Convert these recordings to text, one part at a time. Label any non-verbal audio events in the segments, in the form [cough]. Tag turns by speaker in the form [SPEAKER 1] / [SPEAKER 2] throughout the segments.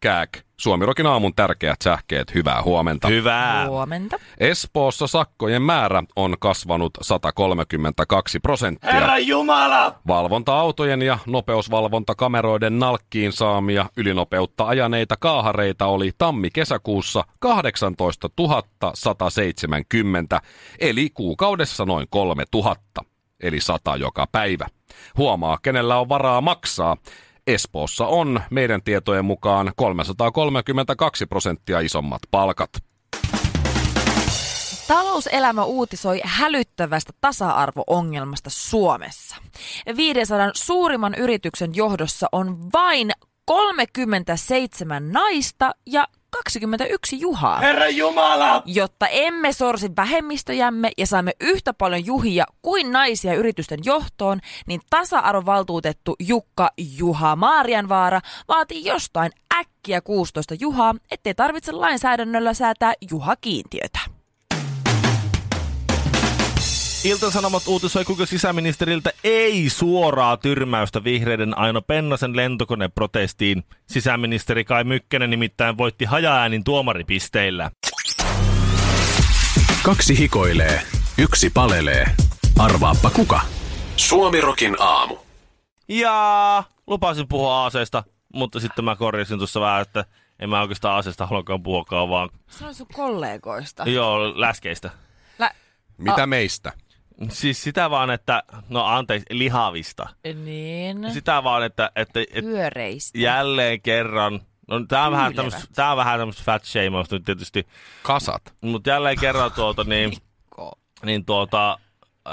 [SPEAKER 1] kääk. Suomirokin aamun tärkeät sähkeet, hyvää huomenta.
[SPEAKER 2] Hyvää.
[SPEAKER 3] Huomenta.
[SPEAKER 1] Espoossa sakkojen määrä on kasvanut 132 prosenttia.
[SPEAKER 2] Herra Jumala!
[SPEAKER 1] Valvonta-autojen ja nopeusvalvontakameroiden nalkkiin saamia ylinopeutta ajaneita kaahareita oli tammi-kesäkuussa 18 170, eli kuukaudessa noin 3000, eli 100 joka päivä. Huomaa, kenellä on varaa maksaa. Espoossa on meidän tietojen mukaan 332 prosenttia isommat palkat.
[SPEAKER 3] Talouselämä uutisoi hälyttävästä tasa-arvo-ongelmasta Suomessa. 500 suurimman yrityksen johdossa on vain 37 naista ja 21 juhaa.
[SPEAKER 2] Herra Jumala!
[SPEAKER 3] Jotta emme sorsi vähemmistöjämme ja saamme yhtä paljon juhia kuin naisia yritysten johtoon, niin tasa-arvovaltuutettu Jukka Juha Maarianvaara vaatii jostain äkkiä 16 juhaa, ettei tarvitse lainsäädännöllä säätää juhakiintiötä.
[SPEAKER 2] Ilta-Sanomat uutisoi, kuinka sisäministeriltä ei suoraa tyrmäystä vihreiden Aino Pennasen lentokoneprotestiin. Sisäministeri Kai Mykkänen nimittäin voitti hajaäänin tuomaripisteillä.
[SPEAKER 4] Kaksi hikoilee, yksi palelee. Arvaappa kuka? Suomirokin aamu.
[SPEAKER 2] Ja lupasin puhua aaseista, mutta sitten mä korjasin tuossa vähän, että en mä oikeastaan aaseista haluakaan puhuakaan, vaan
[SPEAKER 3] Sano sun kollegoista.
[SPEAKER 2] joo, läskeistä.
[SPEAKER 3] Lä-
[SPEAKER 1] Mitä meistä?
[SPEAKER 2] Siis sitä vaan, että, no anteeksi, lihavista.
[SPEAKER 3] niin.
[SPEAKER 2] Sitä vaan, että, että, että
[SPEAKER 3] Pyöreistä.
[SPEAKER 2] jälleen kerran. No, tää on vähän
[SPEAKER 3] Pyylevät.
[SPEAKER 2] tämmöstä, tää on vähän tämmöstä fat shameausta nyt tietysti.
[SPEAKER 1] Kasat.
[SPEAKER 2] Mutta jälleen kerran tuota, niin, niin tuota, äh,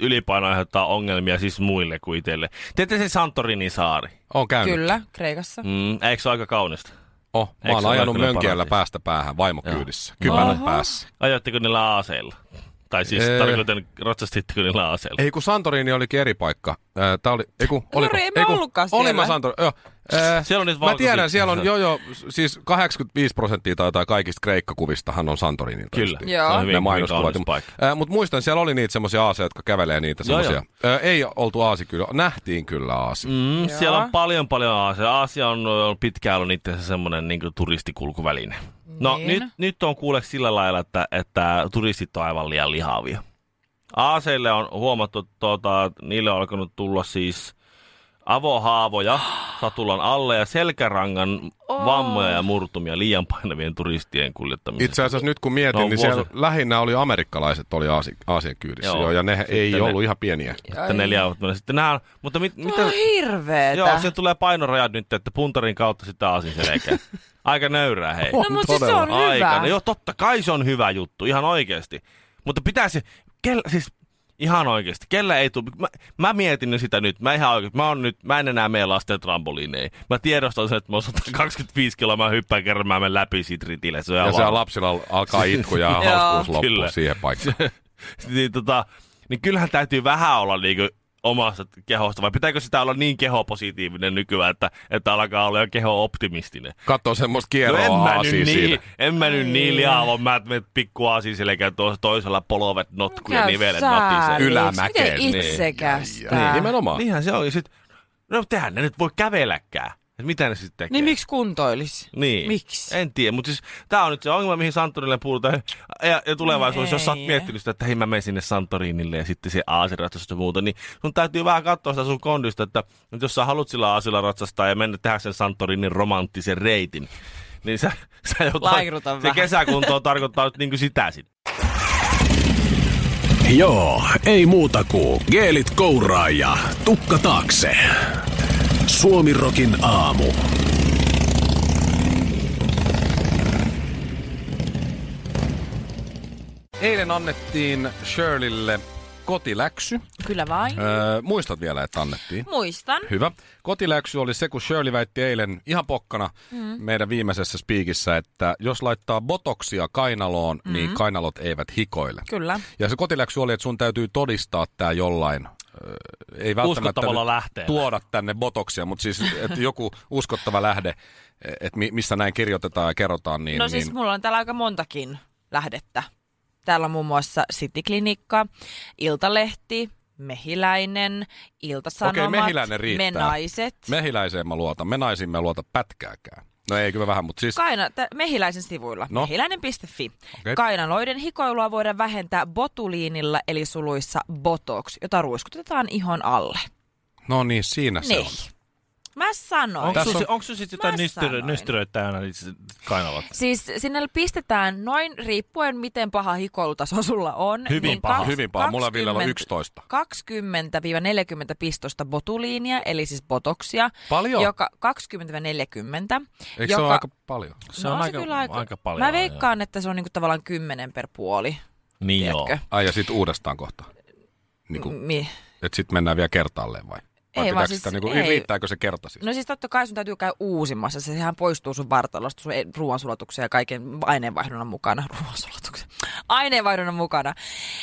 [SPEAKER 2] ylipaino aiheuttaa ongelmia siis muille kuin itselle. Tiedätte se Santorinin saari?
[SPEAKER 1] On käynyt.
[SPEAKER 3] Kyllä, Kreikassa.
[SPEAKER 2] Mm, eikö se ole aika kaunista?
[SPEAKER 1] Oh, mä
[SPEAKER 2] Eikö
[SPEAKER 1] oon
[SPEAKER 2] se
[SPEAKER 1] ajanut
[SPEAKER 2] ole kyllä
[SPEAKER 1] mönkijällä
[SPEAKER 2] paratiisi?
[SPEAKER 1] päästä päähän vaimokyydissä. Kypärän
[SPEAKER 3] Oho.
[SPEAKER 1] päässä.
[SPEAKER 2] Ajoitteko niillä aaseilla? Tai siis
[SPEAKER 1] Ee.
[SPEAKER 2] tarkoitan, ratsastitteko niillä aaseilla?
[SPEAKER 1] Ei kun Santorini olikin eri paikka. Ää, Tää oli, ei kun, oliko,
[SPEAKER 3] Nori, en mä
[SPEAKER 1] ei kun,
[SPEAKER 3] ollutkaan
[SPEAKER 1] Olin
[SPEAKER 3] siellä.
[SPEAKER 1] mä Santorini, joo. Ää,
[SPEAKER 2] Siellä on niitä
[SPEAKER 1] Mä tiedän,
[SPEAKER 2] valkoisia-
[SPEAKER 1] siellä on, joo joo, siis 85 prosenttia tai jotain kaikista kreikkakuvistahan on Santorinilta.
[SPEAKER 2] Kyllä.
[SPEAKER 1] justiin.
[SPEAKER 3] Joo.
[SPEAKER 2] Se on
[SPEAKER 1] Ne
[SPEAKER 2] hyvin, hyvin
[SPEAKER 1] mainoskuvat.
[SPEAKER 2] kaunis paikka.
[SPEAKER 1] Mutta muistan, siellä oli niitä semmoisia aaseja, jotka kävelee niitä
[SPEAKER 2] Joo,
[SPEAKER 1] semmoisia. Ei oltu aasi kyllä, nähtiin kyllä aasi.
[SPEAKER 2] Mm,
[SPEAKER 3] Joo.
[SPEAKER 2] siellä on paljon paljon Aasia. Aasia on on pitkään ollut itse asiassa semmoinen niin turistikulkuväline. No
[SPEAKER 3] Niin.
[SPEAKER 2] nyt, nyt on kuule sillä lailla, että, että turistit on aivan liian lihavia. Aaseille on huomattu, että tuota, niille on alkanut tulla siis avohaavoja satulan alle ja selkärangan
[SPEAKER 3] Oh.
[SPEAKER 2] vammoja ja murtumia liian painavien turistien kuljettamisesta.
[SPEAKER 1] Itse asiassa nyt kun mietin,
[SPEAKER 2] No,
[SPEAKER 1] niin siellä
[SPEAKER 2] vuosi.
[SPEAKER 1] lähinnä oli amerikkalaiset oli Aasi, Aasian kyydissä. Joo.
[SPEAKER 2] Joo.
[SPEAKER 1] Joo, ja ne ei
[SPEAKER 2] Sitten
[SPEAKER 1] ollut
[SPEAKER 2] ne-
[SPEAKER 1] ihan pieniä.
[SPEAKER 2] Että neljä ovat mennä. Sitten nähdään, mutta mit, mitä...
[SPEAKER 3] Mitä? on hirveetä.
[SPEAKER 2] Joo, se tulee painorajat nyt, että puntarin kautta sitä aasin
[SPEAKER 3] [laughs]
[SPEAKER 2] selkeä. Aika nöyrää hei.
[SPEAKER 3] no mutta siis se on hyvä.
[SPEAKER 1] No,
[SPEAKER 2] No Joo, totta kai se on hyvä juttu, ihan oikeasti. Mutta pitäisi, kellä, siis ihan oikeasti, kellä ei tule. Mä, mä mietin nyt sitä nyt, mä ihan oikeasti, mä, oon nyt, mä en enää mene lasten trampoliineihin. Mä tiedostan sen, että mä oon [laughs] 125 kiloa, mä hyppään kerran, mä menen läpi siitä ritille. Se on
[SPEAKER 1] Ja
[SPEAKER 2] ihan
[SPEAKER 1] siellä
[SPEAKER 2] varma.
[SPEAKER 1] lapsilla alkaa itku
[SPEAKER 2] [laughs]
[SPEAKER 1] ja
[SPEAKER 3] Joo.
[SPEAKER 1] hauskuus loppuu
[SPEAKER 2] Kyllä.
[SPEAKER 1] siihen
[SPEAKER 2] [laughs]
[SPEAKER 1] paikkaan.
[SPEAKER 2] niin, tota, niin kyllähän täytyy vähän olla niinku omasta kehosta, vai pitääkö sitä olla niin kehopositiivinen nykyään, että, että alkaa olla jo keho-optimistinen?
[SPEAKER 1] Katso semmoista
[SPEAKER 2] No en
[SPEAKER 1] kieroa
[SPEAKER 2] mä,
[SPEAKER 1] aasia
[SPEAKER 2] nyt niin,
[SPEAKER 1] siinä.
[SPEAKER 2] en mä nyt niin liaava, mä et menet pikku aasin selkeä tuossa toisella polvet notku ja
[SPEAKER 3] Käy
[SPEAKER 2] nivelet
[SPEAKER 3] sääliksi.
[SPEAKER 2] natisee.
[SPEAKER 1] Ylä- Ylämäkeen,
[SPEAKER 3] Miten
[SPEAKER 1] niin.
[SPEAKER 3] itsekästä?
[SPEAKER 1] Niin, nimenomaan.
[SPEAKER 2] Niinhän se on. Ja sit, no tehän ne nyt voi kävelläkään. Et mitä ne sitten tekee?
[SPEAKER 3] Niin miksi kuntoilis?
[SPEAKER 2] Niin.
[SPEAKER 3] Miksi?
[SPEAKER 2] En tiedä, mutta siis tää on nyt se ongelma, mihin Santorinille puhutaan. Ja, ja tulevaisuudessa, jos sä oot
[SPEAKER 3] Ei.
[SPEAKER 2] miettinyt sitä, että hei mä menen sinne Santorinille ja sitten se aasiratsastus ja muuta, niin sun täytyy vähän katsoa sitä sun kondista, että nyt jos sä haluat sillä aasilla ratsastaa ja mennä tehdä sen Santorinin romanttisen reitin, niin sä, sä joudut,
[SPEAKER 3] Lairuta
[SPEAKER 2] se
[SPEAKER 3] vähän.
[SPEAKER 2] kesäkunto tarkoittaa nyt niinku sitä sitten.
[SPEAKER 4] Joo, ei muuta kuin geelit kouraa ja tukka taakse. Suomirokin aamu.
[SPEAKER 1] Eilen annettiin Shirleylle kotiläksy.
[SPEAKER 3] Kyllä vain.
[SPEAKER 1] Öö, muistat vielä, että annettiin?
[SPEAKER 3] Muistan.
[SPEAKER 1] Hyvä. Kotiläksy oli se, kun Shirley väitti eilen ihan pokkana mm. meidän viimeisessä spiikissä, että jos laittaa botoksia kainaloon,
[SPEAKER 3] Mm-hmm.
[SPEAKER 1] mm. niin kainalot eivät hikoile.
[SPEAKER 3] Kyllä.
[SPEAKER 1] Ja se kotiläksy oli, että sun täytyy todistaa tämä jollain. Öö, Ei välttämättä
[SPEAKER 2] Uskottavalla
[SPEAKER 1] nyt
[SPEAKER 2] lähteellä.
[SPEAKER 1] tuoda tänne botoksia, mutta siis että joku uskottava lähde, että mi- missä näin kirjoitetaan ja kerrotaan. Niin,
[SPEAKER 3] No siis
[SPEAKER 1] niin,
[SPEAKER 3] mulla on täällä aika montakin lähdettä. Täällä on muun muassa Cityklinikka, Iltalehti, Mehiläinen, Iltasanomat,
[SPEAKER 1] Okei, Mehiläinen riittää.
[SPEAKER 3] Me Naiset.
[SPEAKER 1] Mehiläiseen mä luotan. Me naisiin mä en luota pätkääkään. No ei kyllä vähän, mutta siis
[SPEAKER 3] Kaina, tä- mehiläisen sivuilla,
[SPEAKER 1] No.
[SPEAKER 3] no. mehiläinen.fi.
[SPEAKER 1] Okei.
[SPEAKER 3] Okay. Kainaloiden hikoilua voidaan vähentää botuliinilla, eli suluissa botox, jota ruiskutetaan ihon alle.
[SPEAKER 1] no niin, siinä se
[SPEAKER 3] Niin.
[SPEAKER 1] on.
[SPEAKER 3] Mä sanoin.
[SPEAKER 2] Onko
[SPEAKER 1] Tässä
[SPEAKER 2] sun,
[SPEAKER 1] on-
[SPEAKER 2] on... onko sun sitten jotain
[SPEAKER 3] Mä
[SPEAKER 2] nystyrö,
[SPEAKER 3] sanoin.
[SPEAKER 2] nystyröitä täynnä niin sit kainalat?
[SPEAKER 3] Siis sinne pistetään noin, riippuen miten paha hikoilutaso sulla on. niin
[SPEAKER 2] Hyvin paha.
[SPEAKER 3] kaks-
[SPEAKER 1] Hyvin paha. Mulla Villellä on 11.
[SPEAKER 3] 20-40 pistosta botuliinia, eli siis botoksia.
[SPEAKER 1] Paljon?
[SPEAKER 3] Joka 20-40.
[SPEAKER 1] Eikö
[SPEAKER 3] joka,
[SPEAKER 1] se
[SPEAKER 3] No,
[SPEAKER 1] ole aika paljon?
[SPEAKER 2] Se on aika- aika paljon,
[SPEAKER 3] Mä veikkaan, että se on niinku tavallaan 10 per puoli.
[SPEAKER 2] Niin joo.
[SPEAKER 3] Tiedätkö?
[SPEAKER 1] Ai ja sit uudestaan kohta. Niin kuin,
[SPEAKER 3] Mi-
[SPEAKER 1] että sit mennään vielä kertaalleen vai? Vai
[SPEAKER 3] Mm. Ei,
[SPEAKER 1] ei,
[SPEAKER 3] vaan
[SPEAKER 1] vaan
[SPEAKER 3] siis-
[SPEAKER 1] sitä, niin kuin,
[SPEAKER 3] ei.
[SPEAKER 1] riittääkö se kerta siis?
[SPEAKER 3] No siis totta kai sun täytyy käydä uusimassa. Se- Sehän poistuu sun vartalosta, sun e- ruoansulatuksen ja kaiken aineenvaihdunnan mukana. [laughs] Ruoansulatuksen. Aineenvaihdunnan mukana.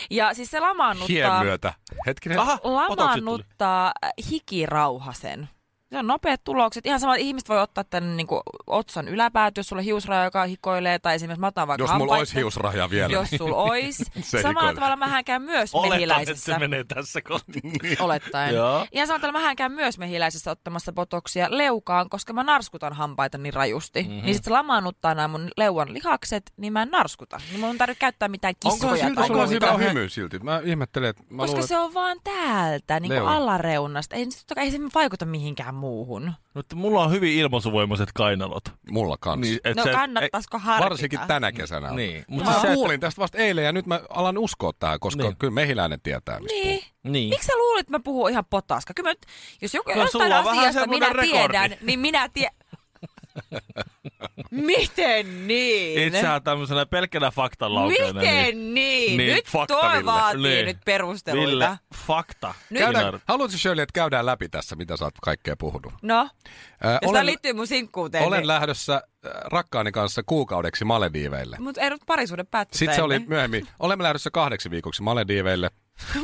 [SPEAKER 3] Ja siis se
[SPEAKER 1] Hien
[SPEAKER 3] lamaannuttaa,
[SPEAKER 1] myötä. Hetkinen.
[SPEAKER 2] Aha, otokset tuli.
[SPEAKER 3] lamaannuttaa äh, hikirauhasen. Se on nopeat tulokset. Ihan sama, ihmiset voi ottaa tänne niin kuin, otsan yläpääty, jos sulla on hiusraja, joka hikoilee, tai esimerkiksi mä otan vaikka
[SPEAKER 1] Jos mulla
[SPEAKER 3] hampaitten.
[SPEAKER 1] olisi hiusraja vielä.
[SPEAKER 3] Jos sulla olisi.
[SPEAKER 1] [laughs] Se
[SPEAKER 3] Samalla
[SPEAKER 1] hikoilee.
[SPEAKER 3] tavalla mähän käyn myös
[SPEAKER 2] Oletan, että
[SPEAKER 3] mehiläisessä
[SPEAKER 2] se menee tässä kohti.
[SPEAKER 3] olettaen.
[SPEAKER 2] Joo.
[SPEAKER 3] Ihan samalla tavalla mähän käyn myös mehiläisessä ottamassa botoksia leukaan, koska mä narskutan hampaita niin rajusti.
[SPEAKER 2] Mhm.
[SPEAKER 3] Mm-hmm. Niin sit se lamaannuttaa nämä mun leuan lihakset, niin mä en narskuta. Niin mun ei tarvitse käyttää mitään kissoja.
[SPEAKER 2] silti
[SPEAKER 3] tai
[SPEAKER 2] sulla
[SPEAKER 1] Onko
[SPEAKER 3] muita.
[SPEAKER 1] hyvä hymy silti? Mä ihmettelen, että mä
[SPEAKER 3] Koska
[SPEAKER 1] luulen,
[SPEAKER 3] se on vaan täältä, niin kuin
[SPEAKER 1] Leuan.
[SPEAKER 3] alareunasta. Ei, se totta kai, ei se vaikuta mihinkään muuhun.
[SPEAKER 2] Mutta No, mulla on hyvin ilmaisuvoimaiset kainalot.
[SPEAKER 1] mulla kanssa. Niin,
[SPEAKER 2] et
[SPEAKER 3] No kannattaisiko harkita?
[SPEAKER 1] Varsinkin tänä kesänä. on.
[SPEAKER 2] Niin, mutta
[SPEAKER 3] siis
[SPEAKER 1] Mutta
[SPEAKER 2] se,
[SPEAKER 1] mä
[SPEAKER 2] että-
[SPEAKER 1] kuulin tästä vasta eilen ja nyt mä alan uskoa tähän, koska
[SPEAKER 2] Niin.
[SPEAKER 1] niin. kyllä mehiläinen tietää mistä puhuu.
[SPEAKER 3] Niin.
[SPEAKER 2] Niin.
[SPEAKER 3] Miksi sä luulet, että mä puhun ihan potaska? Kyllä mä, nyt- jos joku,
[SPEAKER 2] No,
[SPEAKER 3] jostain
[SPEAKER 2] sulla on vähän
[SPEAKER 3] asiasta minä
[SPEAKER 2] semmoinen rekordi.
[SPEAKER 3] tiedän, niin minä
[SPEAKER 2] [laughs]
[SPEAKER 3] tiedän. Miten niin?
[SPEAKER 2] Itsehän tämmöisenä pelkkänä faktalaukeena.
[SPEAKER 3] Miten niin?
[SPEAKER 2] Niin,
[SPEAKER 3] niin nyt
[SPEAKER 2] fakta,
[SPEAKER 3] toi
[SPEAKER 2] Ville.
[SPEAKER 3] vaatii
[SPEAKER 2] Niin.
[SPEAKER 3] nyt perusteluita.
[SPEAKER 2] Ville, fakta.
[SPEAKER 3] Nyt-
[SPEAKER 2] Käydään-
[SPEAKER 1] Käydään, haluatko Shirley, että käydään läpi tässä, mitä sä oot kaikkea puhunut?
[SPEAKER 3] No,
[SPEAKER 1] Äh,
[SPEAKER 3] jos tämä liittyy mun sinkkuuteen,
[SPEAKER 1] Olen
[SPEAKER 3] niin,
[SPEAKER 1] lähdössä äh, rakkaani kanssa kuukaudeksi Malediiveille.
[SPEAKER 3] mutta ei ollut parisuuden päätti
[SPEAKER 1] Sitten se
[SPEAKER 3] sitä
[SPEAKER 1] oli
[SPEAKER 3] ennen. [laughs]
[SPEAKER 1] myöhemmin, olemme lähdössä kahdeksi viikoksi Malediiveille,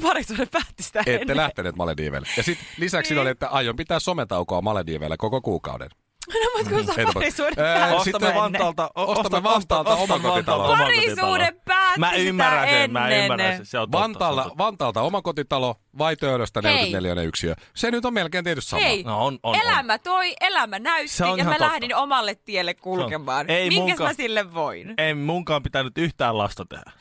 [SPEAKER 3] parisuuden päätti sitä
[SPEAKER 1] ette
[SPEAKER 3] ennen.
[SPEAKER 1] lähteneet Malediiveille. Ja sitten lisäksi
[SPEAKER 3] Niin.
[SPEAKER 1] oli, että aion pitää sometaukoa Malediiveillä koko kuuden.
[SPEAKER 3] No,
[SPEAKER 2] Mm,
[SPEAKER 3] mutta kun
[SPEAKER 1] Ei
[SPEAKER 3] sä
[SPEAKER 1] tapahdu.
[SPEAKER 3] parisuuden
[SPEAKER 1] Ää,
[SPEAKER 3] päätti
[SPEAKER 1] Öö, sitten
[SPEAKER 3] sitä
[SPEAKER 2] Ostamme
[SPEAKER 3] ennen.
[SPEAKER 2] Vantaalta, o-
[SPEAKER 1] Ostamme
[SPEAKER 2] osta-
[SPEAKER 1] Vantaalta
[SPEAKER 2] osta-
[SPEAKER 1] omakotitalon.
[SPEAKER 2] Vantaalta omakotitalon.
[SPEAKER 3] Parisuuden päätti
[SPEAKER 2] Mä
[SPEAKER 3] sitä
[SPEAKER 2] ymmärrän sen, mä
[SPEAKER 3] ennen.
[SPEAKER 2] ymmärrän sen. Se on totta, se
[SPEAKER 1] Vantaalla,
[SPEAKER 2] on totta.
[SPEAKER 1] Vantaalta omakotitalo vai Töölöstä
[SPEAKER 3] Hei.
[SPEAKER 1] 44 yksiö. Se nyt on melkein tietysti sama.
[SPEAKER 3] Hei,
[SPEAKER 2] No on, on, on.
[SPEAKER 3] elämä toi, elämä näytti
[SPEAKER 2] Se on
[SPEAKER 3] ja
[SPEAKER 2] ihan
[SPEAKER 3] mä
[SPEAKER 2] totta.
[SPEAKER 3] lähdin omalle tielle kulkemaan.
[SPEAKER 2] Se on- ei
[SPEAKER 3] Minkäs
[SPEAKER 2] munkaan.
[SPEAKER 3] mä sille voin?
[SPEAKER 2] Ei munkaan pitänyt yhtään lasta
[SPEAKER 3] [laughs]
[SPEAKER 2] tehdä.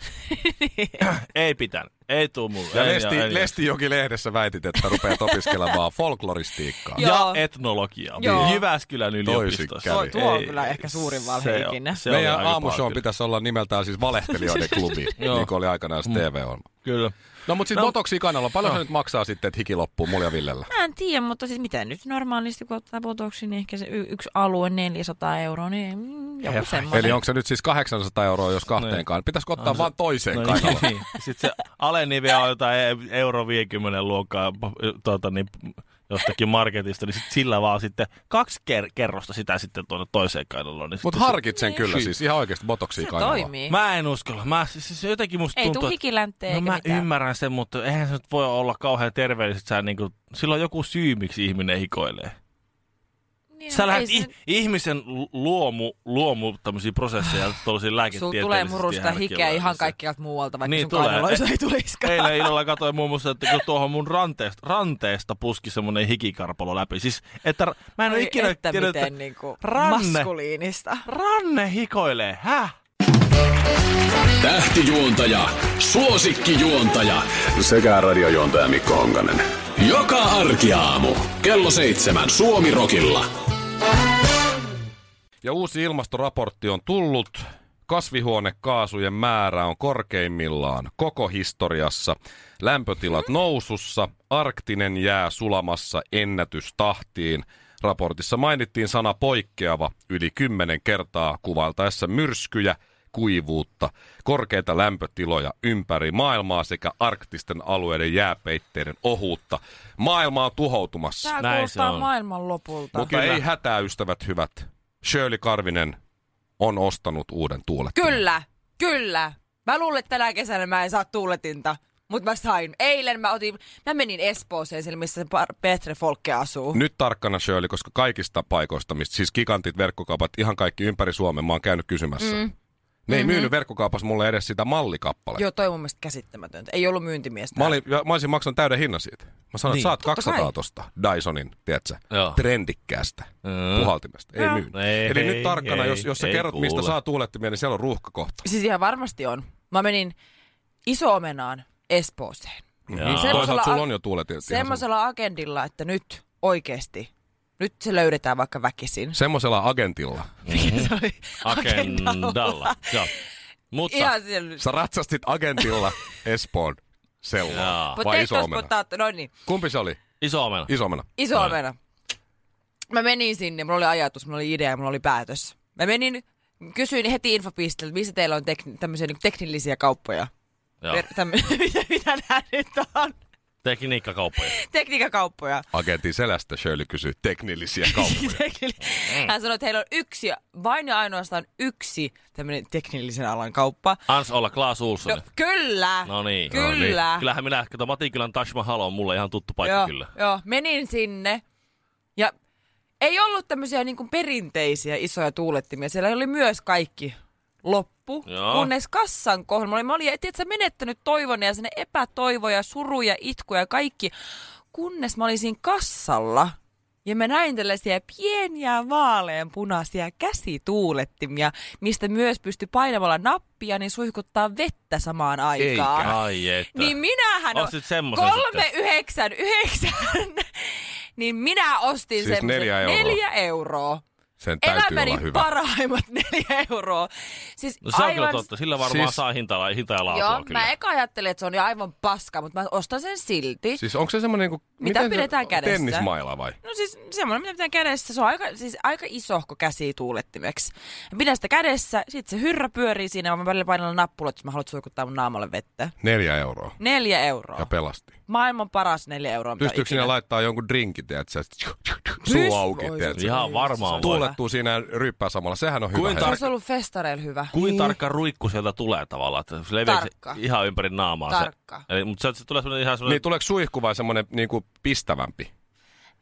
[SPEAKER 2] ei pitänyt. Ei tuu mulle.
[SPEAKER 1] Ja
[SPEAKER 2] ei, niin,
[SPEAKER 1] Lesti,
[SPEAKER 2] ei,
[SPEAKER 1] Lestijoki-lehdessä väitit, että rupeat
[SPEAKER 3] [laughs]
[SPEAKER 1] opiskelemaan folkloristiikkaa.
[SPEAKER 3] Joo.
[SPEAKER 2] Ja etnologiaa.
[SPEAKER 3] Joo.
[SPEAKER 2] Jyväskylän yliopistossa.
[SPEAKER 1] Toisin kävi.
[SPEAKER 3] Tuo on kyllä ehkä suurin valhe
[SPEAKER 2] se on-
[SPEAKER 3] ikinä.
[SPEAKER 2] se oli
[SPEAKER 1] Meidän
[SPEAKER 2] aika paha
[SPEAKER 1] aamushow
[SPEAKER 2] kyllä.
[SPEAKER 1] pitäisi olla nimeltään siis
[SPEAKER 3] [laughs]
[SPEAKER 1] valehtelijoiden klubi,
[SPEAKER 2] Joo. Mm.
[SPEAKER 1] niin kuin oli aikanaan se TV-ohjelma.
[SPEAKER 2] Kyllä.
[SPEAKER 1] No mutta sitten
[SPEAKER 2] No.
[SPEAKER 1] no. botoksia kannalla. Paljon se nyt maksaa sitten, että hiki loppuu mulla ja Villellä?
[SPEAKER 3] Mä en tiedä, mutta siis mitä nyt normaalisti, kun ottaa botoksi, niin ehkä se y- yksi alue 400 euroa, niin mm, joku
[SPEAKER 2] Herra.
[SPEAKER 3] semmoinen.
[SPEAKER 1] Eli onko se nyt siis 800 euroa, jos
[SPEAKER 2] Niin.
[SPEAKER 1] kahteenkaan? Pitäisikö ottaa vaan toiseen
[SPEAKER 2] No
[SPEAKER 1] kainaloon?
[SPEAKER 2] niin. Sitten se alenive on jotain e- euro 50 luokkaa tuota, niin, jostakin marketista, niin sit sillä vaan sitten kaksi ker- kerrosta sitä sitten tuonne toiseen kainaloon. Niin
[SPEAKER 1] Mutta
[SPEAKER 2] sitten se-
[SPEAKER 1] harkitsen kyllä siis ihan oikeasti botoksia
[SPEAKER 3] Se
[SPEAKER 1] kainaloon.
[SPEAKER 3] toimii. Mä...
[SPEAKER 2] Mä en uskalla. Mä, siis, siis jotenkin musta
[SPEAKER 3] Niin. Ei
[SPEAKER 2] tuntuu,
[SPEAKER 3] tuu
[SPEAKER 2] että-
[SPEAKER 3] hikiläntee
[SPEAKER 2] No
[SPEAKER 3] eikä
[SPEAKER 2] mä
[SPEAKER 3] mitään.
[SPEAKER 2] ymmärrän sen, mutta eihän se nyt voi olla kauhean terveelliset. Sä niin kuin, sillä on joku syy, miksi ihminen hikoilee.
[SPEAKER 3] Niin,
[SPEAKER 2] Sä
[SPEAKER 3] no,
[SPEAKER 2] lähdet
[SPEAKER 3] ei
[SPEAKER 2] se... ihmisen lu- luomu, luomu tämmöisiä
[SPEAKER 3] [sighs]
[SPEAKER 2] prosesseja tuollaisia
[SPEAKER 3] Sul
[SPEAKER 2] lääketieteellisesti.
[SPEAKER 3] tulee murusta
[SPEAKER 2] ihan
[SPEAKER 3] hikeä
[SPEAKER 2] kielellisiä.
[SPEAKER 3] ihan kaikkialta muualta, vaikka
[SPEAKER 2] Niin
[SPEAKER 3] niin, sun
[SPEAKER 2] tulee.
[SPEAKER 3] kainaloissa ei tule
[SPEAKER 2] [laughs]
[SPEAKER 3] iskaa.
[SPEAKER 2] Eilen illalla katsoin muun muassa, että kun tuohon mun ranteesta, ranteesta puski semmoinen hikikarpalo läpi. Siis, että r- mä en ole
[SPEAKER 3] Oi,
[SPEAKER 2] ikinä
[SPEAKER 3] että
[SPEAKER 2] tiennyt,
[SPEAKER 3] miten
[SPEAKER 2] että
[SPEAKER 3] niin kuin
[SPEAKER 2] ranne.
[SPEAKER 3] maskuliinista.
[SPEAKER 2] ranne hikoilee. Häh?
[SPEAKER 4] Tähtijuontaja, suosikkijuontaja sekä radiojuontaja Mikko Honkanen. Joka arkiaamu kello seitsemän Suomi Rokilla.
[SPEAKER 1] Ja uusi ilmastoraportti on tullut. Kasvihuonekaasujen määrä on korkeimmillaan koko historiassa. Lämpötilat nousussa, arktinen jää sulamassa ennätystahtiin. Raportissa mainittiin sana poikkeava yli kymmenen kertaa kuvailtaessa myrskyjä, kuivuutta, korkeita lämpötiloja ympäri maailmaa sekä arktisten alueiden jääpeitteiden ohuutta. Maailma on tuhoutumassa.
[SPEAKER 3] Tämä
[SPEAKER 2] Näin se
[SPEAKER 3] kuulostaa
[SPEAKER 2] on.
[SPEAKER 3] maailman lopulta.
[SPEAKER 1] Mutta ei hätää, ystävät hyvät. Shirley Karvinen on ostanut uuden tuulettimen.
[SPEAKER 3] Kyllä, kyllä. Mä luulen, että tänä kesänä mä en saa tuuletinta. Mutta mä sain. Eilen mä otin, mä menin Espooseen, siellä missä se Par- Petre Folke asuu.
[SPEAKER 1] Nyt tarkkana Shirley, koska kaikista paikoista, mistä siis gigantit, verkkokaupat, ihan kaikki ympäri Suomen, mä oon käynyt kysymässä. Mm. Ne ei
[SPEAKER 3] Mhm.
[SPEAKER 1] mm-hmm. myynyt verkkokaupassa mulle edes sitä mallikappaletta.
[SPEAKER 3] Joo, toi on mun mielestä käsittämätöntä. Ei ollut myyntimiestä.
[SPEAKER 1] Mä, olin, ja mä olisin maksanut täyden hinnan siitä. Mä sanoin, niin. että
[SPEAKER 2] Niin.
[SPEAKER 1] saat
[SPEAKER 3] Totta
[SPEAKER 1] 200
[SPEAKER 3] kai.
[SPEAKER 1] tosta Dysonin, tiedätkö,
[SPEAKER 2] Joo.
[SPEAKER 1] trendikkäästä
[SPEAKER 2] Mm.
[SPEAKER 1] puhaltimesta. Ei
[SPEAKER 3] Joo.
[SPEAKER 1] myynyt.
[SPEAKER 2] Ei,
[SPEAKER 1] Eli
[SPEAKER 2] ei,
[SPEAKER 1] nyt tarkkana,
[SPEAKER 2] ei,
[SPEAKER 1] jos, jos sä
[SPEAKER 2] ei
[SPEAKER 1] kerrot, mistä
[SPEAKER 2] kuule.
[SPEAKER 1] saa tuulettimia, niin siellä on ruuhkakohta.
[SPEAKER 3] Siis ihan varmasti on. Mä menin iso-omenaan Espooseen.
[SPEAKER 2] Jaa.
[SPEAKER 1] Toisaalta
[SPEAKER 3] Semmosella-
[SPEAKER 1] sulla on jo tuulet. ihan sama.
[SPEAKER 3] Semmoisella agendilla, että nyt oikeesti, nyt se löydetään vaikka väkisin. [laughs]
[SPEAKER 1] Semmoisella agentilla. Niin.
[SPEAKER 3] Se oli
[SPEAKER 2] Agendalla. Joo. Mutta
[SPEAKER 3] Ihan siellä.
[SPEAKER 1] Sä ratsastit agentilla Espoon
[SPEAKER 2] Jaa.
[SPEAKER 1] sella. Vai
[SPEAKER 3] Potatoes,
[SPEAKER 1] iso omena?
[SPEAKER 3] potato- No niin,
[SPEAKER 1] Kumpi se oli?
[SPEAKER 2] iso omena.
[SPEAKER 1] Iso omena.
[SPEAKER 3] iso omena. Mä menin sinne, mulla oli ajatus, mulla oli idea, mulla oli päätös. Mä menin, kysyin heti infopisteeltä, missä teillä on tek- tämmöisiä niin teknillisiä kauppoja.
[SPEAKER 2] Joo.
[SPEAKER 3] Per- tämmö- [laughs] mitä, mitä nää nyt on?
[SPEAKER 2] Tekniikkakauppoja.
[SPEAKER 3] Tekniikakauppoja.
[SPEAKER 1] Agentin selästä Shirley kysyi teknillisiä
[SPEAKER 3] [laughs]
[SPEAKER 1] kauppoja. Niin.
[SPEAKER 3] Teknil- Hän sanoi, että heillä on yksi, vain ja ainoastaan yksi tämmöinen teknillisen alan kauppa.
[SPEAKER 2] Ans olla Klaas Ulsson.
[SPEAKER 3] No, kyllä.
[SPEAKER 2] No niin.
[SPEAKER 3] Kyllä.
[SPEAKER 2] Kyllähän minä, kato Matinkylän Taj Mahal on mulle ihan tuttu paikka
[SPEAKER 3] joo,
[SPEAKER 2] kyllä.
[SPEAKER 3] Joo, menin sinne. Ja ei ollut tämmöisiä niin kuin perinteisiä isoja tuulettimia. Siellä oli myös kaikki loppu,
[SPEAKER 2] Joo.
[SPEAKER 3] kunnes kassan kohdalla. Mä olin, mä olin tiedätkö, menettänyt toivon ja sinne epätoivoja, suruja, itkuja ja kaikki. Kunnes mä olin siinä kassalla ja mä näin tällaisia pieniä vaaleanpunaisia käsituulettimia, mistä myös pystyi painamalla nappia, niin suihkuttaa vettä samaan aikaan.
[SPEAKER 2] Ai että.
[SPEAKER 3] Niin minähän
[SPEAKER 2] Ostit semmosen
[SPEAKER 3] kolme yhdeksän yhdeksän. [laughs] Niin minä ostin
[SPEAKER 1] Siis
[SPEAKER 3] semmosen
[SPEAKER 1] neljä euroa.
[SPEAKER 3] neljä euroa.
[SPEAKER 1] Sen täytyy
[SPEAKER 3] Elämäni
[SPEAKER 1] olla hyvä.
[SPEAKER 3] parhaimmat [laughs] neljä euroa. Siis
[SPEAKER 2] No se on
[SPEAKER 3] aivan...
[SPEAKER 2] kyllä totta. Sillä varmaan
[SPEAKER 1] Siis-
[SPEAKER 2] siis... saa hintaa, hintaa ja laatua
[SPEAKER 3] Joo,
[SPEAKER 2] kyllä.
[SPEAKER 3] mä eka ajattelin, että se on jo aivan paska, mutta mä ostan sen silti.
[SPEAKER 1] Siis onko se semmoinen, niin
[SPEAKER 3] Mitä pidetään kädessä?
[SPEAKER 1] Tennismaila vai?
[SPEAKER 3] No siis semmoinen, mitä pitää kädessä. Se on aika, siis aika isohko käsi tuulettimeksi. Mä Pidän sitä kädessä, sit se hyrrä pyörii siinä, ja mä välillä painan nappulat, jos mä haluan suikuttaa mun naamalle vettä.
[SPEAKER 1] Neljä euroa.
[SPEAKER 3] Neljä euroa.
[SPEAKER 1] Ja pelasti.
[SPEAKER 3] Maailman paras neljä euroa. mitä
[SPEAKER 1] Pystyykö
[SPEAKER 3] ikinä-
[SPEAKER 1] sinä laittaa jonkun drinkin, tiedätkö?
[SPEAKER 3] Pyst-
[SPEAKER 1] Suu auki,
[SPEAKER 3] Oi,
[SPEAKER 1] tiedätkö?
[SPEAKER 3] se-
[SPEAKER 2] Ihan varmaan voi.
[SPEAKER 3] Tuule-
[SPEAKER 1] Tuulettuu siinä ryppää samalla. Sehän on hyvä.
[SPEAKER 2] Kuin
[SPEAKER 3] Se
[SPEAKER 1] Kuinka
[SPEAKER 2] tar-
[SPEAKER 3] olisi ollut festareilla hyvä.
[SPEAKER 2] Kuin tarkka ruikku sieltä tulee tavallaan. Että se leviää se
[SPEAKER 3] Niin. Tarkka.
[SPEAKER 2] ihan ympäri naamaa.
[SPEAKER 3] Tarkka.
[SPEAKER 2] Se, eli, mutta se, se tulee semmoinen ihan semmoinen...
[SPEAKER 1] Niin tuleeko suihku vai semmoinen niinku pistävämpi?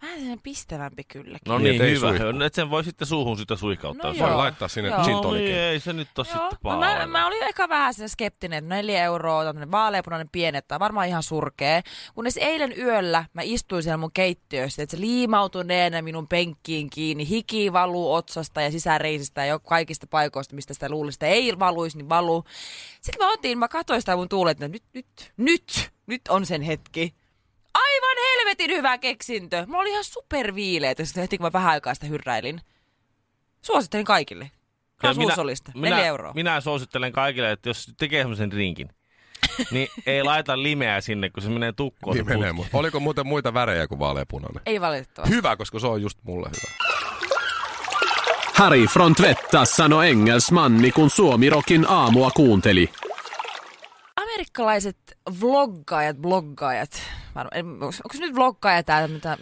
[SPEAKER 3] Vähän sen pistävämpi kylläkin.
[SPEAKER 2] No
[SPEAKER 1] Niin,
[SPEAKER 2] niin,
[SPEAKER 1] et ei
[SPEAKER 2] hyvä.
[SPEAKER 1] suihku.
[SPEAKER 2] No, Et sen voi sitten suuhun sitä suikauttaa.
[SPEAKER 3] No
[SPEAKER 2] Se
[SPEAKER 1] Voi
[SPEAKER 3] Joo.
[SPEAKER 2] on-
[SPEAKER 1] laittaa sinne
[SPEAKER 3] Joo.
[SPEAKER 1] gin
[SPEAKER 2] No niin,
[SPEAKER 1] tonikin.
[SPEAKER 2] ei se nyt ole
[SPEAKER 3] Joo,
[SPEAKER 2] sitten
[SPEAKER 3] no
[SPEAKER 2] paha.
[SPEAKER 3] mä, mä, olin eka vähän sen skeptinen, että neljä euroa, tuota, niin tämmönen vaaleapunainen pienet, tai varmaan ihan surkea. Kunnes eilen yöllä mä istuin siellä mun keittiössä, että se liimautuneena minun penkkiin kiinni, hiki valuu otsasta ja sisäreisistä ja jo kaikista paikoista, mistä sitä luulisi, että ei valuisi, niin valuu. Sitten mä otin, mä katsoin sitä mun tuulet, että nyt, nyt, nyt, nyt on sen hetki. Aivan helvetin hyvä keksintö. Mulla oli ihan superviileet, ja sitten heti kun mä vähän aikaa sitä hyrräilin. Suosittelen kaikille. Klaus Huusolista,
[SPEAKER 2] minä,
[SPEAKER 3] 4 euroa.
[SPEAKER 2] Minä suosittelen kaikille, että jos tekee semmoisen drinkin, niin ei laita limeä sinne, kun se menee tukkoon. se
[SPEAKER 1] Niin menee,
[SPEAKER 2] putki.
[SPEAKER 1] mut. Oliko muuten muita värejä kuin vaaleapunainen?
[SPEAKER 3] Ei valitettavasti.
[SPEAKER 1] Hyvä, koska se on just mulle hyvä.
[SPEAKER 4] Harry från Tvätta sanoi engelsmanni, kun Suomirokin aamua kuunteli.
[SPEAKER 3] Amerikkalaiset vloggaajat, bloggaajat, varmaan- en- onko se nyt vloggaaja tämä mitä,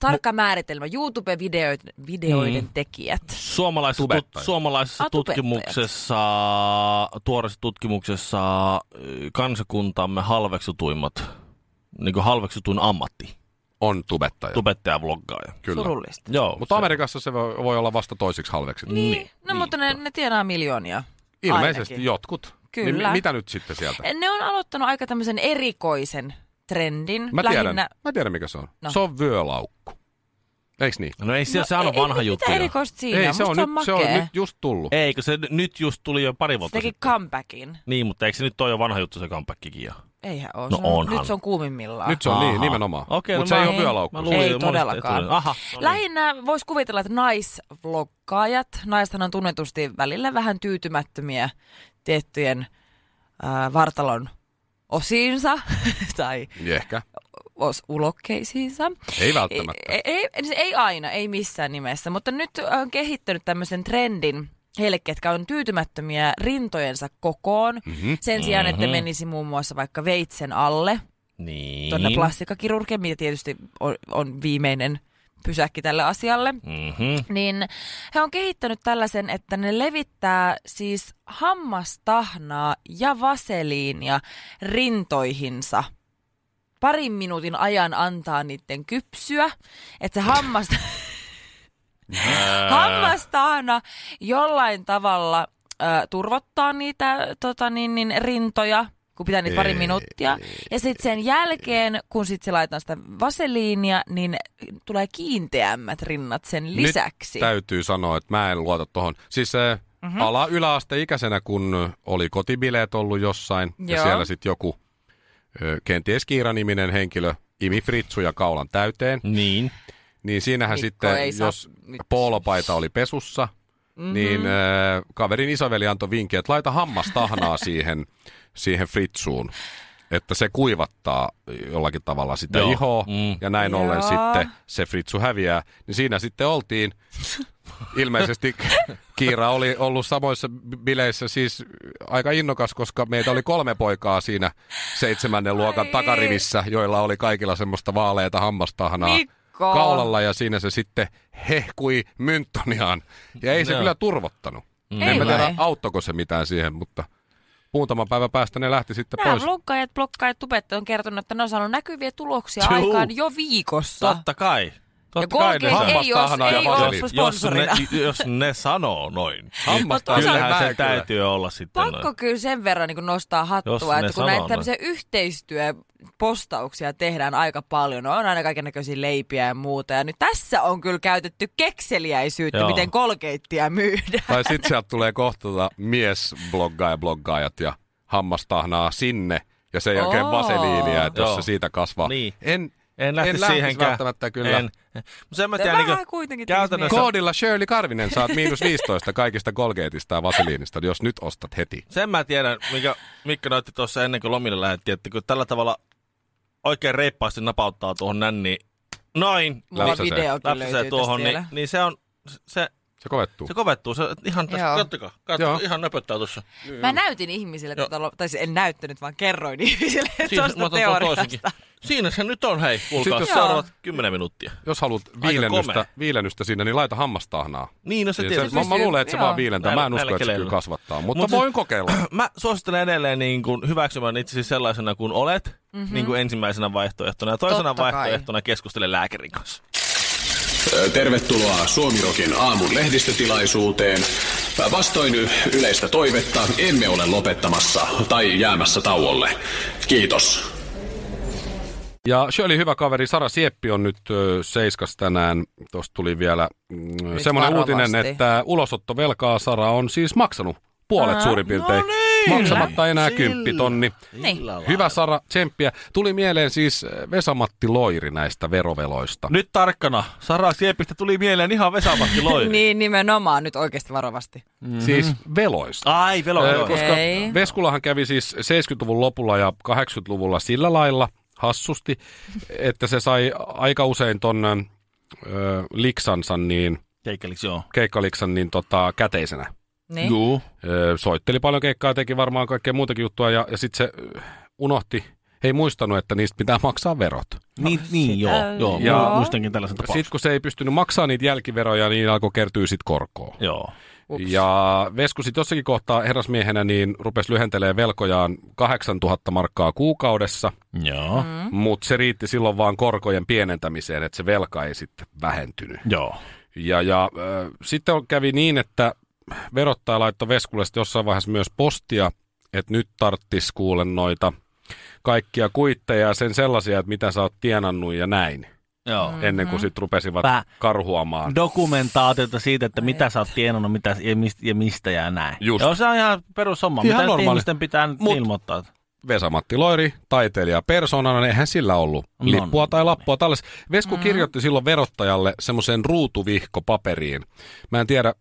[SPEAKER 3] tarkka määritelmä, YouTube-videoiden videoiden
[SPEAKER 2] Mm.
[SPEAKER 3] tekijät.
[SPEAKER 2] Suomalaisessa, tut,
[SPEAKER 1] Tubettaja.
[SPEAKER 2] suomalaisessa
[SPEAKER 3] Ah, tubettajat.
[SPEAKER 2] tutkimuksessa, tuoreessa tutkimuksessa ö, kansakuntamme halveksutuimmat, niin kuin halveksutuin ammatti,
[SPEAKER 1] On tubettaja.
[SPEAKER 2] tubettaja vloggaaja.
[SPEAKER 1] Kyllä.
[SPEAKER 3] Surullista.
[SPEAKER 2] Joo,
[SPEAKER 1] Mutta Amerikassa se voi voi olla vasta toisiksi halveksi.
[SPEAKER 3] Niin, no mutta ne, ne tienaa miljoonia.
[SPEAKER 1] Ilmeisesti
[SPEAKER 3] ainakin.
[SPEAKER 1] jotkut.
[SPEAKER 3] Kyllä. Eh,
[SPEAKER 1] Niin mi- mitä nyt sitten sieltä?
[SPEAKER 3] Ne on aloittanut aika tämmöisen erikoisen trendin.
[SPEAKER 1] Mä tiedän, mä tiedän mikä se on.
[SPEAKER 3] No.
[SPEAKER 1] Se on vyölaukku. Eiks niin?
[SPEAKER 2] No ei, se, no, sehän on
[SPEAKER 3] ei-
[SPEAKER 2] vanha
[SPEAKER 3] ei,
[SPEAKER 2] juttu.
[SPEAKER 3] Mitä
[SPEAKER 2] jo.
[SPEAKER 3] erikoista siinä
[SPEAKER 1] Ei,
[SPEAKER 3] on?
[SPEAKER 1] se on,
[SPEAKER 3] Musta
[SPEAKER 1] nyt, se on
[SPEAKER 3] makea.
[SPEAKER 1] nyt just tullut.
[SPEAKER 2] Eikö se n- nyt just tuli jo pari
[SPEAKER 3] Se
[SPEAKER 2] vuotta
[SPEAKER 3] teki
[SPEAKER 2] sitten?
[SPEAKER 3] comebackin.
[SPEAKER 2] Niin, mutta eikö se nyt ole jo vanha juttu se comebackikin jo?
[SPEAKER 3] Eihän ole.
[SPEAKER 2] No
[SPEAKER 3] se on,
[SPEAKER 2] onhan.
[SPEAKER 3] nyt se on kuumimmillaan.
[SPEAKER 1] Nyt se on
[SPEAKER 2] Aha.
[SPEAKER 1] niin, nimenomaan.
[SPEAKER 2] Okei,
[SPEAKER 1] Mutta
[SPEAKER 2] no
[SPEAKER 1] se ei
[SPEAKER 2] mä-
[SPEAKER 1] ole vyölaukku.
[SPEAKER 2] mä
[SPEAKER 1] Se-
[SPEAKER 2] luulin,
[SPEAKER 3] Ei
[SPEAKER 2] että monesti
[SPEAKER 3] todellakaan.
[SPEAKER 2] tuli. Aha, no niin.
[SPEAKER 3] Lähinnä voisi kuvitella, että naisvloggaajat, naistahan on tunnetusti välillä vähän tyytymättömiä tiettyjen äh, vartalon osiinsa [laughs] tai
[SPEAKER 1] Niin Ehkä.
[SPEAKER 3] os- ulokkeisiinsa.
[SPEAKER 1] Ei välttämättä.
[SPEAKER 3] Ei, ei, ei aina, ei missään nimessä, mutta nyt on kehittänyt tämmöisen trendin, heille, ketkä on tyytymättömiä rintojensa kokoon, mm-hmm. sen sijaan, että menisi muun muassa vaikka veitsen alle,
[SPEAKER 2] Niin.
[SPEAKER 3] tuonne plastikkakirurgia, mitä tietysti on, on viimeinen pysäkki tälle asialle,
[SPEAKER 2] mm-hmm.
[SPEAKER 3] niin he on kehittänyt tällaisen, että ne levittää siis hammastahnaa ja vaseliinia rintoihinsa. Parin minuutin ajan antaa niiden kypsyä, että se hammas, hammastahna jollain tavalla ö, turvottaa niitä tota, niin, niin, rintoja, kun pitää niitä pari minuuttia. Ja sitten sen jälkeen, kun sit se laitetaan sitä vaseliinia, niin tulee kiinteämmät rinnat sen lisäksi. Mhm.
[SPEAKER 1] Nyt täytyy sanoa, että mä en luota tuohon. Siis se mm-hmm. ala yläasteikäisenä, kun oli kotibileet ollut jossain, Joo. ja
[SPEAKER 3] Joo.
[SPEAKER 1] siellä sitten joku ö, kenties Kiira-niminen henkilö imi fritsuja kaulan täyteen,
[SPEAKER 2] Niin.
[SPEAKER 1] niin siinähän
[SPEAKER 3] Mikko
[SPEAKER 1] sitten,
[SPEAKER 3] ei saa
[SPEAKER 1] jos
[SPEAKER 3] nyt.
[SPEAKER 1] poolopaita oli pesussa, mm-hmm. niin ö, kaverin isäveli antoi vinkin, että laita hammastahnaa siihen, siihen fritsuun, että se kuivattaa jollakin tavalla sitä
[SPEAKER 2] Joo.
[SPEAKER 1] ihoa,
[SPEAKER 2] Mm.
[SPEAKER 1] ja näin
[SPEAKER 3] Joo.
[SPEAKER 1] ollen sitten se fritsu häviää. Niin siinä sitten oltiin.
[SPEAKER 3] [laughs]
[SPEAKER 1] Ilmeisesti Kiira oli ollut samoissa bi- bileissä siis aika innokas, koska meitä oli kolme poikaa siinä seitsemännen luokan
[SPEAKER 3] Ai.
[SPEAKER 1] takarivissä, joilla oli kaikilla semmoista vaaleita
[SPEAKER 2] No,
[SPEAKER 1] hammastahnaa
[SPEAKER 3] Mikko.
[SPEAKER 1] kaulalla ja siinä se sitten hehkui mynttoniaan. Ja ei se
[SPEAKER 2] Joo.
[SPEAKER 1] kyllä turvottanut.
[SPEAKER 2] Mm.
[SPEAKER 3] Ei
[SPEAKER 1] en mä tiedä,
[SPEAKER 3] vai?
[SPEAKER 1] auttoiko se mitään siihen, mutta muutaman päivän päästä ne lähti sitten
[SPEAKER 3] Nämä
[SPEAKER 1] pois.
[SPEAKER 3] blokkaajat, blokkaajat, tubettajat on kertonut, että ne on saanut näkyviä tuloksia
[SPEAKER 2] Juu.
[SPEAKER 3] aikaan jo viikossa.
[SPEAKER 2] Totta kai.
[SPEAKER 3] ja
[SPEAKER 2] Totta kai
[SPEAKER 3] Colgate
[SPEAKER 2] ne
[SPEAKER 1] Golgate
[SPEAKER 2] sanoo.
[SPEAKER 3] ei
[SPEAKER 1] hammastahnaa
[SPEAKER 3] ole,
[SPEAKER 1] ja
[SPEAKER 3] ei ole siis
[SPEAKER 1] vaseliinia.
[SPEAKER 2] jos ne,
[SPEAKER 3] sponsorina.
[SPEAKER 2] jos ne sanoo noin,
[SPEAKER 1] Hammasta-
[SPEAKER 2] niin
[SPEAKER 1] Kyllä
[SPEAKER 2] kyllähän
[SPEAKER 1] näin
[SPEAKER 2] se
[SPEAKER 1] kyllä.
[SPEAKER 2] täytyy olla sitten
[SPEAKER 3] Pakko
[SPEAKER 2] noin.
[SPEAKER 3] kyllä sen verran niin nostaa
[SPEAKER 2] Jos
[SPEAKER 3] hattua,
[SPEAKER 2] ne
[SPEAKER 3] että kun
[SPEAKER 2] sanoo
[SPEAKER 3] näitä
[SPEAKER 2] noin.
[SPEAKER 3] tämmöisiä yhteistyöpostauksia tehdään aika paljon, no on aina kaikennäköisiä leipiä ja muuta, ja nyt tässä on kyllä käytetty kekseliäisyyttä,
[SPEAKER 2] Joo.
[SPEAKER 3] miten kolkeittia myydään.
[SPEAKER 1] Tai sitten sieltä tulee kohta tota miesbloggaaja bloggaajat ja hammastahnaa sinne ja sen jälkeen
[SPEAKER 3] Oo.
[SPEAKER 1] vaseliinia, että jos
[SPEAKER 2] Joo.
[SPEAKER 1] se siitä kasvaa.
[SPEAKER 2] Niin.
[SPEAKER 1] En,
[SPEAKER 2] En lähtisi
[SPEAKER 1] lähtisi
[SPEAKER 2] siihenkään.
[SPEAKER 1] välttämättä kyllä.
[SPEAKER 2] En. Mut sen mä
[SPEAKER 3] Te
[SPEAKER 2] tiedän,
[SPEAKER 3] vähän
[SPEAKER 2] niin
[SPEAKER 3] kuitenkin
[SPEAKER 2] käytännössä
[SPEAKER 3] tekisi
[SPEAKER 1] Koodilla Shirley Karvinen saat miinus 15 kaikista Colgateista ja vaseliinista, jos nyt ostat heti.
[SPEAKER 2] Sen mä tiedän, mikä Mikko näytti tuossa ennen kuin lomille lähdettiin, että kun tällä tavalla oikein reippaasti napauttaa tuohon nänni, noin,
[SPEAKER 3] Mulla
[SPEAKER 1] Läpsäsee.
[SPEAKER 3] videokin
[SPEAKER 2] läpsäsee
[SPEAKER 3] löytyy
[SPEAKER 2] tuohon,
[SPEAKER 3] tuohon,
[SPEAKER 2] niin,
[SPEAKER 3] niin...
[SPEAKER 2] niin se on, se,
[SPEAKER 1] Se kovettuu.
[SPEAKER 2] se kovettuu, se ihan, tässä,
[SPEAKER 3] Joo.
[SPEAKER 2] kattokaa,
[SPEAKER 1] Joo.
[SPEAKER 2] kattokaa, ihan nöpöttää tuossa.
[SPEAKER 3] Mä näytin ihmisille,
[SPEAKER 2] Joo.
[SPEAKER 3] tota, lo- tai siis en näyttänyt, vaan kerroin ihmisille
[SPEAKER 2] Siinä-
[SPEAKER 3] tuosta
[SPEAKER 2] mä otan tuon toisenkin.
[SPEAKER 3] teoriasta.
[SPEAKER 2] Siinä se nyt on, hei, kuulkaa,
[SPEAKER 1] Sitten-
[SPEAKER 2] seuraavat 10 minuuttia.
[SPEAKER 1] Jos haluat
[SPEAKER 2] komea.
[SPEAKER 1] viilennystä, viilennystä siinä, niin laita hammastahnaa.
[SPEAKER 2] Niin, no se
[SPEAKER 1] Se
[SPEAKER 2] tietysti.
[SPEAKER 1] se, mä, mä
[SPEAKER 3] pystyy-
[SPEAKER 1] luulen, että se
[SPEAKER 3] joo.
[SPEAKER 1] vaan viilentää. Mä en
[SPEAKER 2] Näillä-
[SPEAKER 1] usko, että se
[SPEAKER 2] näillä
[SPEAKER 1] kyllä
[SPEAKER 2] keleillä.
[SPEAKER 1] kasvattaa, mutta
[SPEAKER 2] Mut
[SPEAKER 1] Mut
[SPEAKER 2] siis-
[SPEAKER 1] voin
[SPEAKER 2] [clears throat]
[SPEAKER 1] kokeilla.
[SPEAKER 2] mä suosittelen edelleen niin kuin hyväksymään itsesi sellaisena kuin olet, mm-hmm. niin kuin ensimmäisenä vaihtoehtona. Ja toisena
[SPEAKER 3] Mhm. Totta
[SPEAKER 2] Totta
[SPEAKER 3] kai.
[SPEAKER 2] vaihtoehtona keskustele lääkärin kanssa.
[SPEAKER 4] Ö, Tervetuloa Suomirokin aamun lehdistötilaisuuteen. Ö, Vastoin yleistä toivetta emme ole lopettamassa tai jäämässä tauolle. Kiitos.
[SPEAKER 1] Ja Shirley, hyvä kaveri, Sara Sieppi on nyt ö, seiskas tänään. Tuosta tuli vielä mm, semmoinen
[SPEAKER 3] varovasti.
[SPEAKER 1] uutinen, että ulosottovelkaa Sara on siis maksanut puolet
[SPEAKER 3] Aa,
[SPEAKER 1] suurin piirtein.
[SPEAKER 2] no niin.
[SPEAKER 1] Maksamatta enää
[SPEAKER 2] Sillä.
[SPEAKER 1] kymppitonni.
[SPEAKER 3] Niin.
[SPEAKER 1] Hyvä Sara, tsemppiä. Tuli mieleen siis ö, Vesamatti Loiri näistä veroveloista.
[SPEAKER 2] Nyt tarkkana. Sara Siepistä tuli mieleen ihan Vesamatti Loiri.
[SPEAKER 3] [laughs] Niin, nimenomaan nyt oikeasti varovasti.
[SPEAKER 1] Mm-hmm. Siis veloista.
[SPEAKER 2] Ai, velo,
[SPEAKER 1] Ö,
[SPEAKER 2] velo.
[SPEAKER 3] Öö.
[SPEAKER 1] Koska
[SPEAKER 3] Okei.
[SPEAKER 1] Veskulahan kävi siis 70-luvun lopulla ja 80-luvulla sillä lailla hassusti, että se sai aika usein ton ö, liksansa niin –
[SPEAKER 2] Keikkeliksi, joo.
[SPEAKER 1] keikkaliksan niin tota, käteisenä.
[SPEAKER 3] Niin.
[SPEAKER 2] Juu.
[SPEAKER 1] Öö, soitteli paljon keikkaa, teki varmaan kaikkea muutakin juttua ja, ja sitten se öö, unohti, ei muistanut, että niistä pitää maksaa verot.
[SPEAKER 2] Niin,
[SPEAKER 3] No,
[SPEAKER 2] niin joo. joo.
[SPEAKER 3] Ja-
[SPEAKER 2] Mä muistankin tällaisen tapauksen.
[SPEAKER 1] Sitten kun se ei pystynyt maksamaan niitä jälkiveroja, niin alkoi kertyä sitten korkoa.
[SPEAKER 2] Joo.
[SPEAKER 3] Ups.
[SPEAKER 1] Ja Vesku sitten jossakin kohtaa herrasmiehenä niin rupesi lyhentelemään velkojaan 8000 markkaa kuukaudessa,
[SPEAKER 2] Joo. Mm.
[SPEAKER 1] mm. mutta se riitti silloin vaan korkojen pienentämiseen, että se velka ei sitten vähentynyt.
[SPEAKER 2] Joo.
[SPEAKER 1] Ja, ja äh, sitten on- kävi niin, että verottaja laittoi Veskulle sitten jossain vaiheessa myös postia, että nyt tarttis kuule noita kaikkia kuitteja ja sen sellaisia, että mitä sä oot tienannut ja näin, mm-hmm.
[SPEAKER 2] Joo.
[SPEAKER 3] Mm.
[SPEAKER 1] ennen kuin sitten rupesivat
[SPEAKER 2] Pä-
[SPEAKER 1] karhuamaan.
[SPEAKER 2] Dokumentaatiota siitä, että mitä sä oot tienannut mitä, ja, mistä, ja mistä ja näin.
[SPEAKER 1] Just.
[SPEAKER 2] Joo, se on ihan perushomma.
[SPEAKER 1] Ihan
[SPEAKER 2] Ihan mitä normaali.
[SPEAKER 1] normaali.
[SPEAKER 2] ihmisten pitää nyt
[SPEAKER 1] Mut-
[SPEAKER 2] ilmoittaa?
[SPEAKER 1] Vesa-Matti Loiri, taiteilija persoonana, niin eihän sillä ollut
[SPEAKER 2] No,
[SPEAKER 1] lippua
[SPEAKER 2] no,
[SPEAKER 1] tai
[SPEAKER 2] no.
[SPEAKER 1] lappua. Tällas. Vesku mm-hmm. kirjoitti silloin verottajalle semmoisen ruutuvihkopaperiin. Mä en tiedä,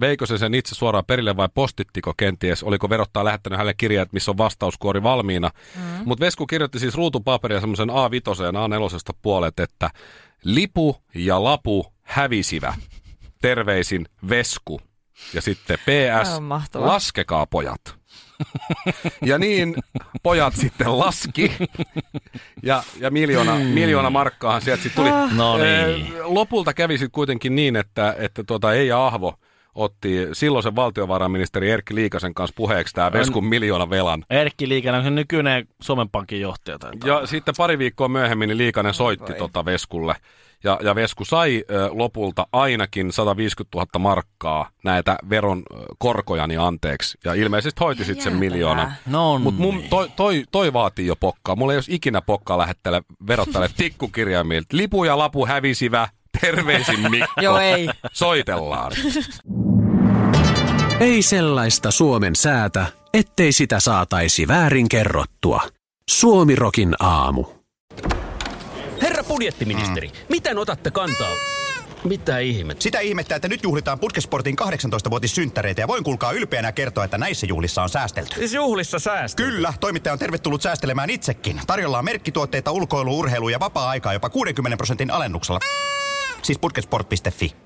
[SPEAKER 1] veikö se sen itse suoraan perille vai postittiko kenties, oliko verottaja lähettänyt hänelle kirjeet, missä on vastauskuori valmiina. Mm-hmm. Mutta Vesku kirjoitti siis ruutupaperia semmoisen A5 ja A4 puolet, että lipu ja lapu hävisivä. Terveisin Vesku. Ja sitten PS,
[SPEAKER 3] Aivan mahtavaa.
[SPEAKER 1] laskekaa pojat. ja niin pojat sitten laski. Ja, ja miljoona, miljoona markkaahan sieltä sitten tuli.
[SPEAKER 2] Hmm. No
[SPEAKER 1] Ee,
[SPEAKER 2] niin.
[SPEAKER 1] Lopulta kävi sitten kuitenkin niin, että, että tuota Eija Ahvo otti silloisen valtiovarainministeri Erkki Liikasen kanssa puheeksi tämä Veskun miljoona velan.
[SPEAKER 2] Erkki Liikanen on se nykyinen Suomen Pankin johtaja. Tai jotain.
[SPEAKER 1] Ja sitten pari viikkoa myöhemmin niin Liikanen soitti
[SPEAKER 3] voi.
[SPEAKER 1] tota Veskulle. Ja, ja Vesku sai ö, lopulta ainakin 150 000 markkaa näitä veron ö, korkojani anteeksi. Ja ilmeisesti hoiti sitten sen
[SPEAKER 3] Jäätävää.
[SPEAKER 1] miljoonan.
[SPEAKER 2] No
[SPEAKER 1] Mutta mun,
[SPEAKER 2] niin.
[SPEAKER 1] toi, toi, toi vaatii jo pokkaa. Mulla ei olisi ikinä pokkaa lähettele verottajalle tikkukirjaimilta. Lipu ja lapu hävisivä, terveisin Mikko.
[SPEAKER 3] [laughs] Joo, ei.
[SPEAKER 1] Soitellaan.
[SPEAKER 4] Ei sellaista Suomen säätä, ettei sitä saataisi väärin kerrottua. Suomirokin aamu.
[SPEAKER 5] Herra budjettiministeri, miten otatte kantaa? Mitä ihmettä?
[SPEAKER 6] Sitä ihmettä, että nyt juhlitaan Putkesportin 18-vuotissynttäreitä ja voin kuulkaa ylpeänä kertoa, että näissä juhlissa on säästelty.
[SPEAKER 5] Siis juhlissa säästö.
[SPEAKER 6] Kyllä, toimittaja on tervetullut säästelemään itsekin. Tarjolla on merkkituotteita, ulkoilu, urheilu ja vapaa-aikaa jopa 60 prosentin alennuksella. Siis putkesport.fi.